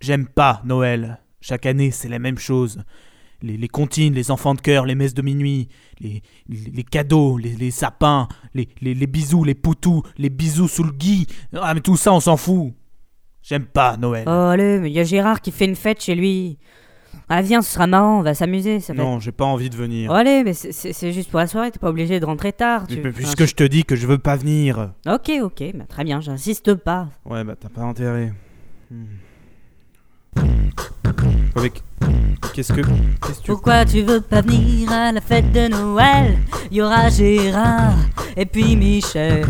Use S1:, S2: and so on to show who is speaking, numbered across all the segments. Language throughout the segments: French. S1: J'aime pas Noël. Chaque année, c'est la même chose. Les, les comptines, les enfants de cœur, les messes de minuit, les, les, les cadeaux, les, les sapins, les, les, les bisous, les poutous, les bisous sous le gui. Ah, mais tout ça, on s'en fout. J'aime pas Noël.
S2: Oh, allez, mais il y a Gérard qui fait une fête chez lui. Ah, viens, ce sera marrant, on va s'amuser. Ça va être-
S1: non, j'ai pas envie de venir.
S2: Oh, allez, mais c'est- c'est c'est juste pour la soirée, t'es pas obligé de rentrer tard. Tu...
S1: Mais
S2: enfin,
S1: Puisque je te dis que je veux pas venir.
S2: Ok, ok, bah, très bien, j'insiste pas.
S1: Ouais, bah t'as pas intérêt. Hmm. Oh, mais qu'est-ce que. Qu'est-ce que tu.
S2: Pourquoi tu veux pas venir à la fête de Noël Y aura Gérard et puis Michel.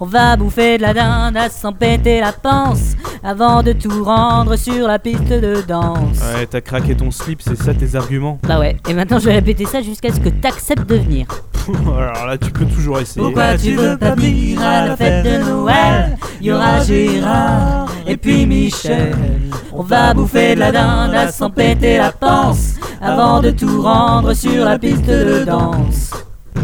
S2: On va bouffer de la dinde à s'en péter la panse avant de tout rendre sur la piste de danse.
S1: Ouais, t'as craqué ton slip, c'est ça tes arguments
S2: Bah ouais, et maintenant je vais répéter ça jusqu'à ce que t'acceptes de venir.
S1: Alors là, tu peux toujours essayer.
S2: Pourquoi tu veux pas venir à la fête de Noël Y aura Gérard et puis Michel. On va bouffer de la dinde à s'en péter la panse avant de tout rendre sur la piste de danse.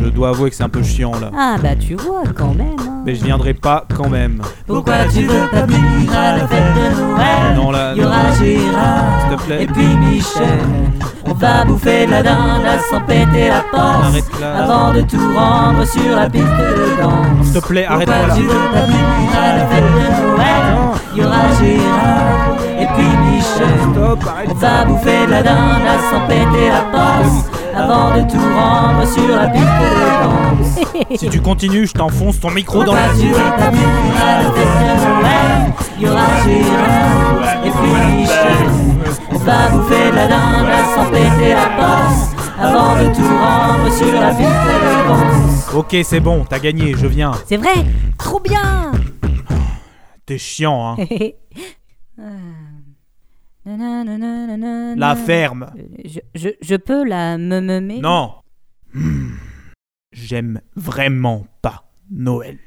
S1: Je dois avouer que c'est un peu chiant là.
S2: Ah bah tu vois quand même. hein.
S1: Mais je viendrai pas quand même.
S2: Pourquoi tu veux pas venir à la fête de Noël
S1: Non, là,
S2: Y aura
S1: non.
S2: Gérard
S1: S'il te plaît.
S2: et puis Michel. On va bouffer de la dinde à s'en péter la panse
S1: Arrête là.
S2: avant de tout rendre sur la piste de danse.
S1: S'il te plaît, arrête-moi
S2: Pourquoi
S1: là.
S2: tu veux pas venir à la fête de Noël Y aura Gérard et puis Michel.
S1: Stop, arrête.
S2: On va bouffer de la dinde à s'en péter la panse avant de tout rendre sur la piste de danse.
S1: Si tu continues, je t'enfonce ton micro dans
S2: Pourquoi
S1: la.
S2: tu veux pas venir à la fête de Noël Y aura Gérard et puis Michel. On va bouffer de la dinde à s'en péter la panse avant de tout rendre sur la piste de danse.
S1: Ok, c'est bon, t'as gagné, je viens.
S2: C'est vrai Trop bien
S1: T'es chiant,
S2: Ah. Eh,
S1: hein.
S2: Euh,
S1: La
S2: La
S1: ferme.
S2: Euh, Je, je, je peux la me me
S1: Non. Hmm. J'aime vraiment pas Noël.